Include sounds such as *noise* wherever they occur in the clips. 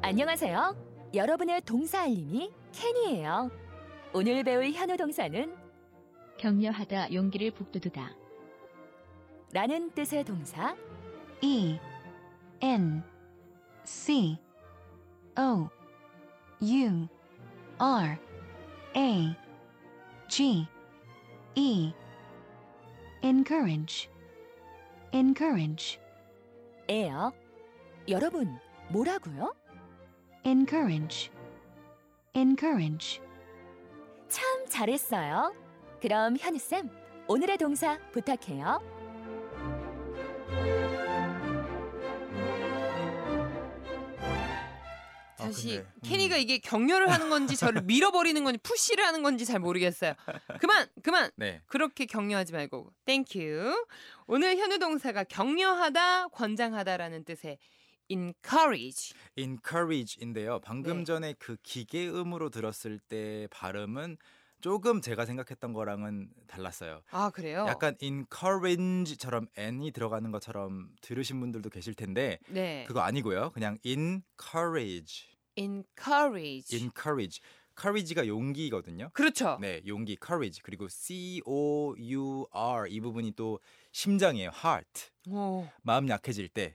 안녕하세요. 여러분의 동사 알림이 캔이에요. 오늘 배울 현우 동사는 격려하다 용기를 북돋우다. 라는 뜻의 동사 E N C O U R A G E Encourage Encourage 에요. 여러분, 뭐라고요? Encourage Encourage 참 잘했어요. 그럼 현우쌤, 오늘의 동사 부탁해요. 아, 다시 근데, 음. 케니가 이게 격려를 하는 건지 *laughs* 저를 밀어버리는 건지 푸시를 하는 건지 잘 모르겠어요. 그만 그만 네. 그렇게 격려하지 말고 땡큐. 오늘 현우 동사가 격려하다 권장하다라는 뜻의 encourage. encourage인데요. 방금 네. 전에 그 기계음으로 들었을 때 발음은 조금 제가 생각했던 거랑은 달랐어요. 아 그래요? 약간 encourage처럼 n이 들어가는 것처럼 들으신 분들도 계실 텐데 네 그거 아니고요. 그냥 encourage, encourage. encourage. courage가 용기거든요. 그렇죠. 네, 용기 courage 그리고 c o u r 이 부분이 또 심장이에요. heart. 오, 마음 약해질 때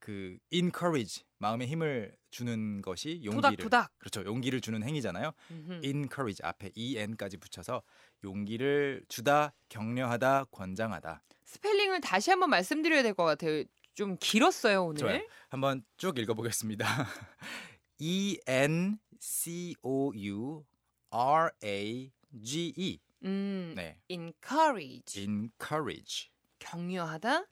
그 encourage 마음에 힘을 주는 것이 용기를 토닥토닥. 그렇죠 용기를 주는 행위잖아요. 음흠. encourage 앞에 en까지 붙여서 용기를 주다, 격려하다, 권장하다. 스펠링을 다시 한번 말씀드려야 될 것 같아요. 좀 길었어요 오늘. 좋아요. 한번 쭉 읽어보겠습니다. *laughs* e n c o u r a g e 음, 네 encourage. encourage 격려하다,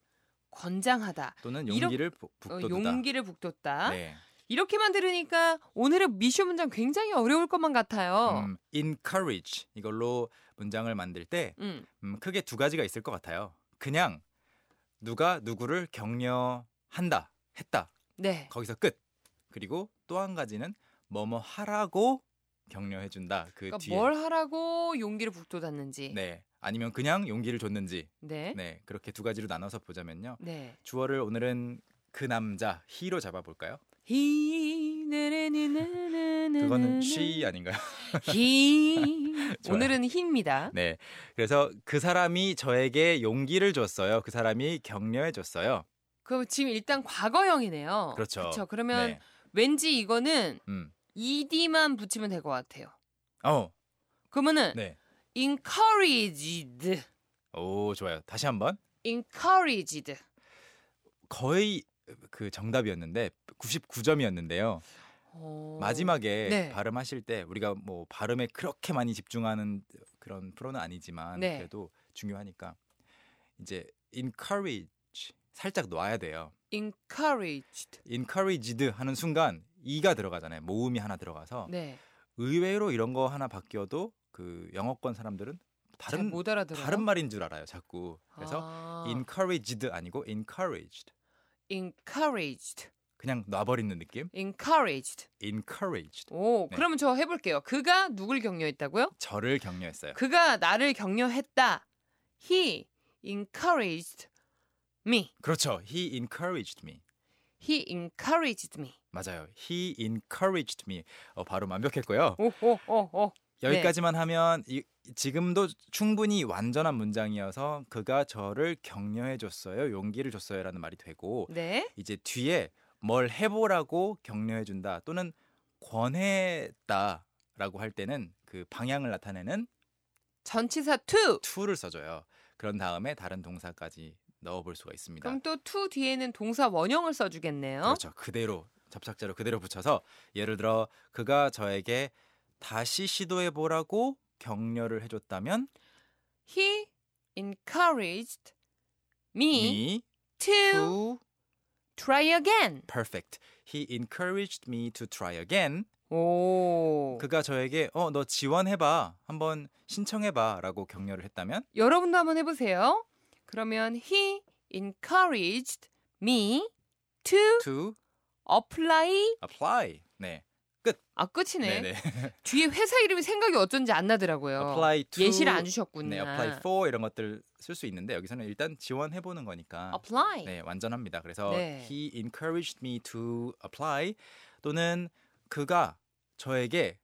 권장하다, 또는 이런- 용기를 부- 어, 북돋우다. 용기를 북돋다. 네. 이렇게만 들으니까 오늘의 미션 문장 굉장히 어려울 것만 같아요. 음. 음, encourage 이걸로 문장을 만들 때 음, 크게 두 가지가 있을 것 같아요. 그냥 누가 누구를 격려한다 했다 네. 거기서 끝. 그리고 또 한 가지는 뭐뭐 하라고 격려해 준다 그 그러니까 뒤에 뭘 하라고 용기를 북돋았는지. 네 아니면 그냥 용기를 줬는지 네. 네 그렇게 두 가지로 나눠서 보자면요 네. 주어를 오늘은 그 남자 히로 잡아볼까요? 히, 네, 네네네네네네. 그거는 she 아닌가요? *laughs* 히. 좋아요. 오늘은 히입니다. 네 그래서 그 사람이 저에게 용기를 줬어요. 그 사람이 격려해 줬어요. 그럼 지금 일단 과거형이네요. 그렇죠. 그렇죠. 그러면 네. 왠지 이거는 음. ed만 붙이면 될 것 같아요. 어, 그러면은 네. encouraged, 오, 좋아요. 다시 한번. encouraged. 거의 그 정답이었는데 99점이었는데요. 오. 마지막에 네. 발음하실 때 우리가 뭐 발음에 그렇게 많이 집중하는 그런 프로는 아니지만 네. 그래도 중요하니까 이제 encourage 살짝 놔야 돼요. encouraged. encouraged 하는 순간 이가 들어가잖아요. 모음이 하나 들어가서 네. 의외로 이런 거 하나 바뀌어도 그 영어권 사람들은 잘 다른 못 알아들어요. 다른 말인 줄 알아요. 자꾸 그래서 아, encouraged 아니고 encouraged encouraged, 그냥 놔버리는 느낌. encouraged. encouraged 오, 네. 그러면 저 해볼게요. 그가 누굴 격려했다고요? 저를 격려했어요. 그가 나를 격려했다. He encouraged me. 그렇죠. He encouraged me. He encouraged me. 맞아요. He encouraged me. 어, 바로 완벽했고요. 오, 오, 오, 오. 여기까지만 하면 이, 지금도 충분히 완전한 문장이어서 그가 저를 격려해 줬어요. 용기를 줬어요라는 말이 되고 네. 이제 뒤에 뭘 해보라고 격려해 준다 또는 권했다라고 할 때는 그 방향을 나타내는 전치사 to. to를 써줘요. 그런 다음에 다른 동사까지 넣어볼 수가 있습니다. 그럼 또 to 뒤에는 동사 원형을 써주겠네요. 그렇죠. 그대로 접착제로 그대로 붙여서 예를 들어 그가 저에게 다시 시도해 보라고 격려를 해줬다면 He encouraged me, me to to try again. perfect. He encouraged me to try again. 오. 그가 저에게 어 너 지원해봐 한번 신청해봐라고 격려를 했다면 여러분도 한번 해보세요. 그러면 he encouraged me to to apply. apply. 네. 아 끝이네. 네네. 뒤에 회사 이름이 생각이 어쩐지 안 나더라고요. apply to 예시를 안 주셨군요. 네, apply for 이런 것들 쓸 수 있는데 여기서는 일단 지원해 보는 거니까 어, apply. 네, 완전합니다. 네, 그래서 네. he encouraged me to apply. 또는 그가 저에게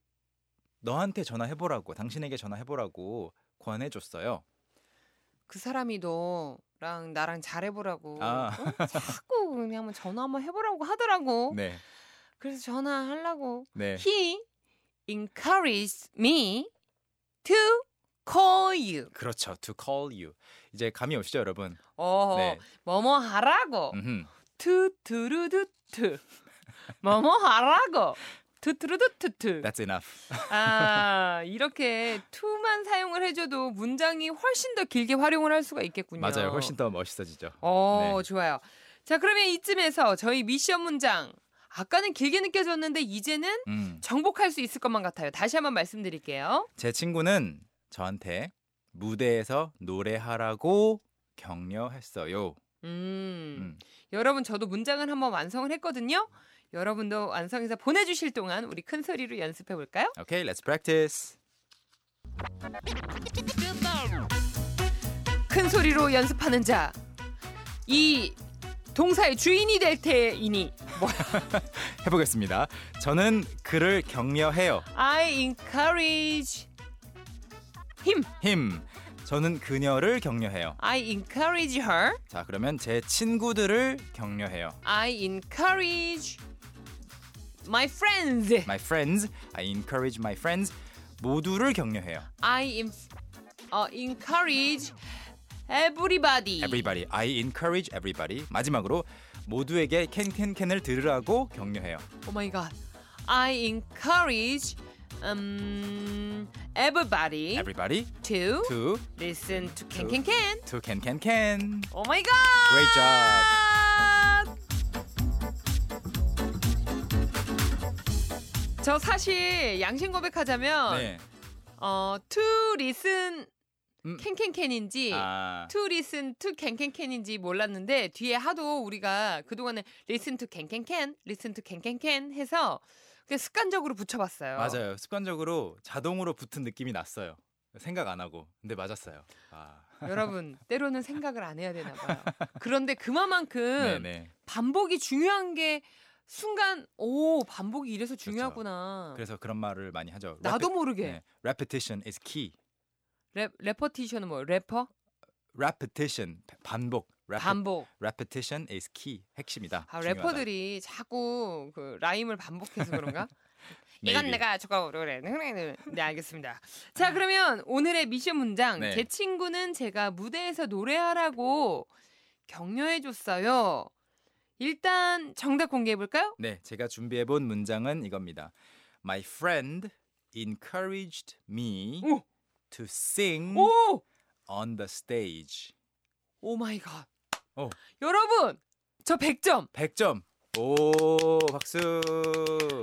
너한테 전화해보라고 당신에게 전화해보라고 권해줬어요. 그 사람이 너랑 나랑 잘해보라고 아. 어? 자꾸 그냥 한번 전화 한번 해보라고 하더라고. 네, 그래서 전화하려고. 네. 어? He encouraged me to call you. 그렇죠. To call you. 이제 감이 오시죠, 여러분? 어, 네. 뭐뭐 하라고. 음흠. 투두루두투. 뭐뭐 하라고. 투두루두투. That's enough. 아 이렇게 투만 사용을 해줘도 문장이 훨씬 더 길게 활용을 할 수가 있겠군요. 맞아요. 훨씬 더 멋있어지죠. 어 네. 좋아요. 자 그러면 이쯤에서 저희 미션 문장 아까는 길게 느껴졌는데 이제는 음. 정복할 수 있을 것만 같아요. 다시 한번 말씀드릴게요. 제 친구는 저한테 무대에서 노래하라고 격려했어요. 음, 음. 여러분 저도 문장을 한번 완성을 했거든요. 여러분도 완성해서 보내주실 동안 우리 큰 소리로 연습해 볼까요? Okay, let's practice. 큰 소리로 연습하는 자. 이 동사의 주인이 될 테이니 해보겠습니다. 저는 그를 격려해요. I encourage him. 힘. 저는 그녀를 격려해요. I encourage her. 자, 그러면 제 친구들을 격려해요. I encourage my friends. My friends, I encourage my friends. 모두를 격려해요. I in, 어, encourage everybody. Everybody, I encourage everybody. 마지막으로 모두에게 캔캔캔을 들으라고 격려해요. Oh my god. I encourage um, everybody Everybody, to to, listen to to- Can Can Can. to 캔캔캔. Oh my god. Great job. 저 사실 양심 고백하자면 네. 어, to listen 음. 캔캔캔인지 아, to listen to 캔캔캔인지 몰랐는데 뒤에 하도 우리가 그동안에 listen to 캔캔캔, listen to 캔캔캔 해서 그냥 습관적으로 붙여봤어요. 맞아요. 습관적으로 자동으로 붙은 느낌이 났어요. 생각 안 하고. 근데 맞았어요. 아. 여러분 때로는 생각을 안 해야 되나 봐요. 그런데 그만큼 *laughs* 네네. 반복이 중요한 게 순간 오 반복이 이래서 중요하구나. 그렇죠. 그래서 그런 말을 많이 하죠. 나도 모르게 네. Repetition is key. 랩 레퍼티션은 뭐 래퍼 Repetition 반복. Repe- 반복. Repetition is key 핵심이다. 아, 중요하다. 래퍼들이 자꾸 그 라임을 반복해서 그런가? 이건 *laughs* Maybe. 아. 내가 저거 그래. 네 알겠습니다. 자 그러면 오늘의 미션 문장 네. 제 친구는 제가 무대에서 노래하라고 격려해 줬어요. 일단 정답 공개해 볼까요? 네, 제가 준비해 본 문장은 이겁니다. My friend encouraged me 오! to sing 오! on the stage. 오 마이 갓. 오. 여러분 저 100점. 100점. 오, 박수.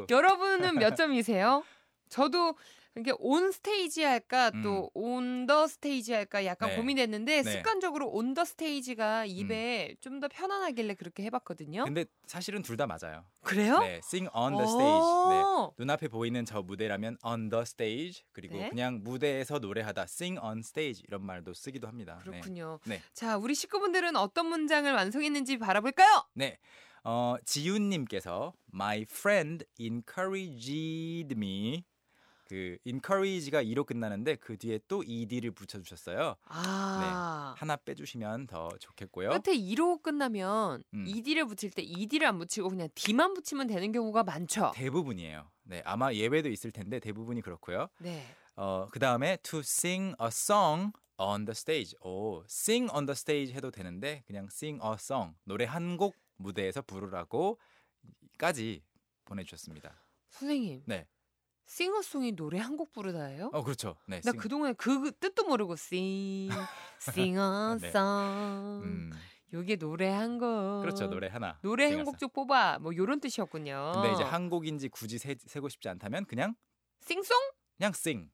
여러분은 몇 점이세요? *laughs* 저도 이게 온 스테이지 할까 또 온 더 스테이지 할까 음. 약간 네. 고민했는데 네. 음. 습관적으로 온 더 스테이지가 입에 좀 더 편안하길래 그렇게 해봤거든요. 근데 사실은 둘 다 맞아요. 그래요? 네, sing on the stage. 네. 눈앞에 보이는 저 무대라면 on the stage 그리고 네. 그냥 그냥 무대에서 노래하다 sing on stage 이런 말도 쓰기도 합니다. 그렇군요. 네. 자, 우리 식구분들은 어떤 문장을 완성했는지 바라볼까요? 네. 어, 지윤 님께서 my friend encouraged me 그 encourage가 이로 끝나는데 그 뒤에 또 ed를 붙여 주셨어요. 아. 하나 빼 주시면 더 좋겠고요. 끝에 2로 끝나면 음. ed를 붙일 때 ed를 안 붙이고 그냥 d만 붙이면 되는 경우가 많죠. 대부분이에요. 네, 아마 예외도 있을 텐데 대부분이 그렇고요. 네. 어, 그다음에 to sing a song on the stage. 오, sing on the stage 해도 되는데 그냥 sing a song. 노래 한 곡 무대에서 부르라고까지 보내 주셨습니다. 선생님. 네. 싱어송이 노래 한 곡 부르다예요? 어, 그렇죠. 네. 나 sing. 그동안 그, 그 뜻도 모르고 *laughs* 싱 싱어송 네. 요 음. 이게 노래 한 곡. 그렇죠 노래 하나 노래 sing a 한곡 좀 뽑아 뭐 요런 뜻이었군요. song. 근데 이제 한국인지 굳이 세, 세고 싶지 않다면 그냥 싱송 그냥 sing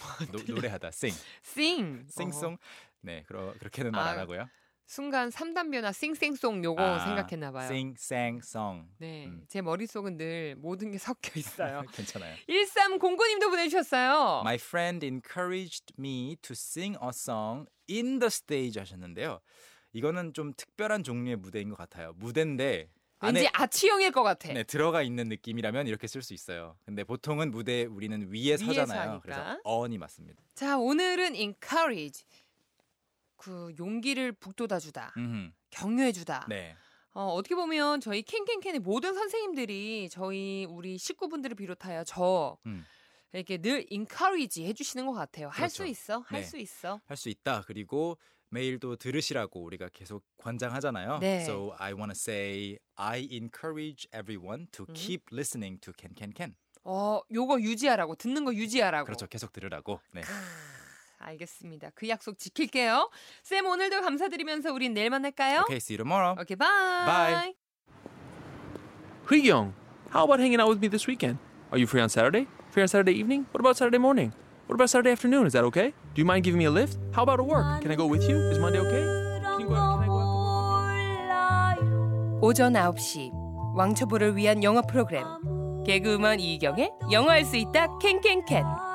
아, 노, 노래하다 sing 싱 sing송 네 그러 그렇게는 말 어. 아, 안 하고요 순간 3단 변화 싱생송 요거 아, 생각했나 봐요. sing sang song 네. 음. 네. 제 머릿속은 늘 모든 게 섞여 있어요. *laughs* *laughs* 괜찮아요 1309 님도 보내 주셨어요. My friend encouraged me to sing a song in the stage 하셨는데요 이거는 좀 특별한 종류의 무대인 것 같아요 무대인데 왠지 안에- 아치형일 것 같아. 네, 들어가 있는 느낌이라면 이렇게 쓸 수 있어요. 근데 보통은 무대에 우리는 위에 서잖아요. 하니까. 그래서 언이 맞습니다. 자, 오늘은 encourage. 그 용기를 북돋아주다, 음, 격려해주다. 네, 어, 어떻게 보면 저희 캔캔캔의 모든 선생님들이 저희 우리 식구분들을 비롯하여 저 음. 이렇게 늘 encourage 해주시는 것 같아요. 할 수 그렇죠. 있어, 할 네. 수 있어. 할 수 있다. 그리고 매일도 들으시라고 우리가 계속 권장하잖아요. 네. So I wanna say I encourage everyone to 음. keep listening to Can Can Can. 어, 요거 유지하라고 듣는 거 유지하라고. 그렇죠. 계속 들으라고. 네. 알겠습니다. 그 약속 지킬게요. 쌤 오늘도 감사드리면서 우린 내일 만날까요? Okay, see you tomorrow. 오케이, 바이. Bye. Young, how about hanging out with me this weekend? Are you free on Saturday? Free on Saturday evening? What about Saturday morning? What about Saturday afternoon? Is that okay? Do you mind giving me a lift? How about at work? Can I go with you? Is Monday okay? Can you go out? Can I go out? 오전 9시 왕초보를 위한 영어 프로그램 개그우먼 이경의 영어할 수 있다 캔캔캔 네.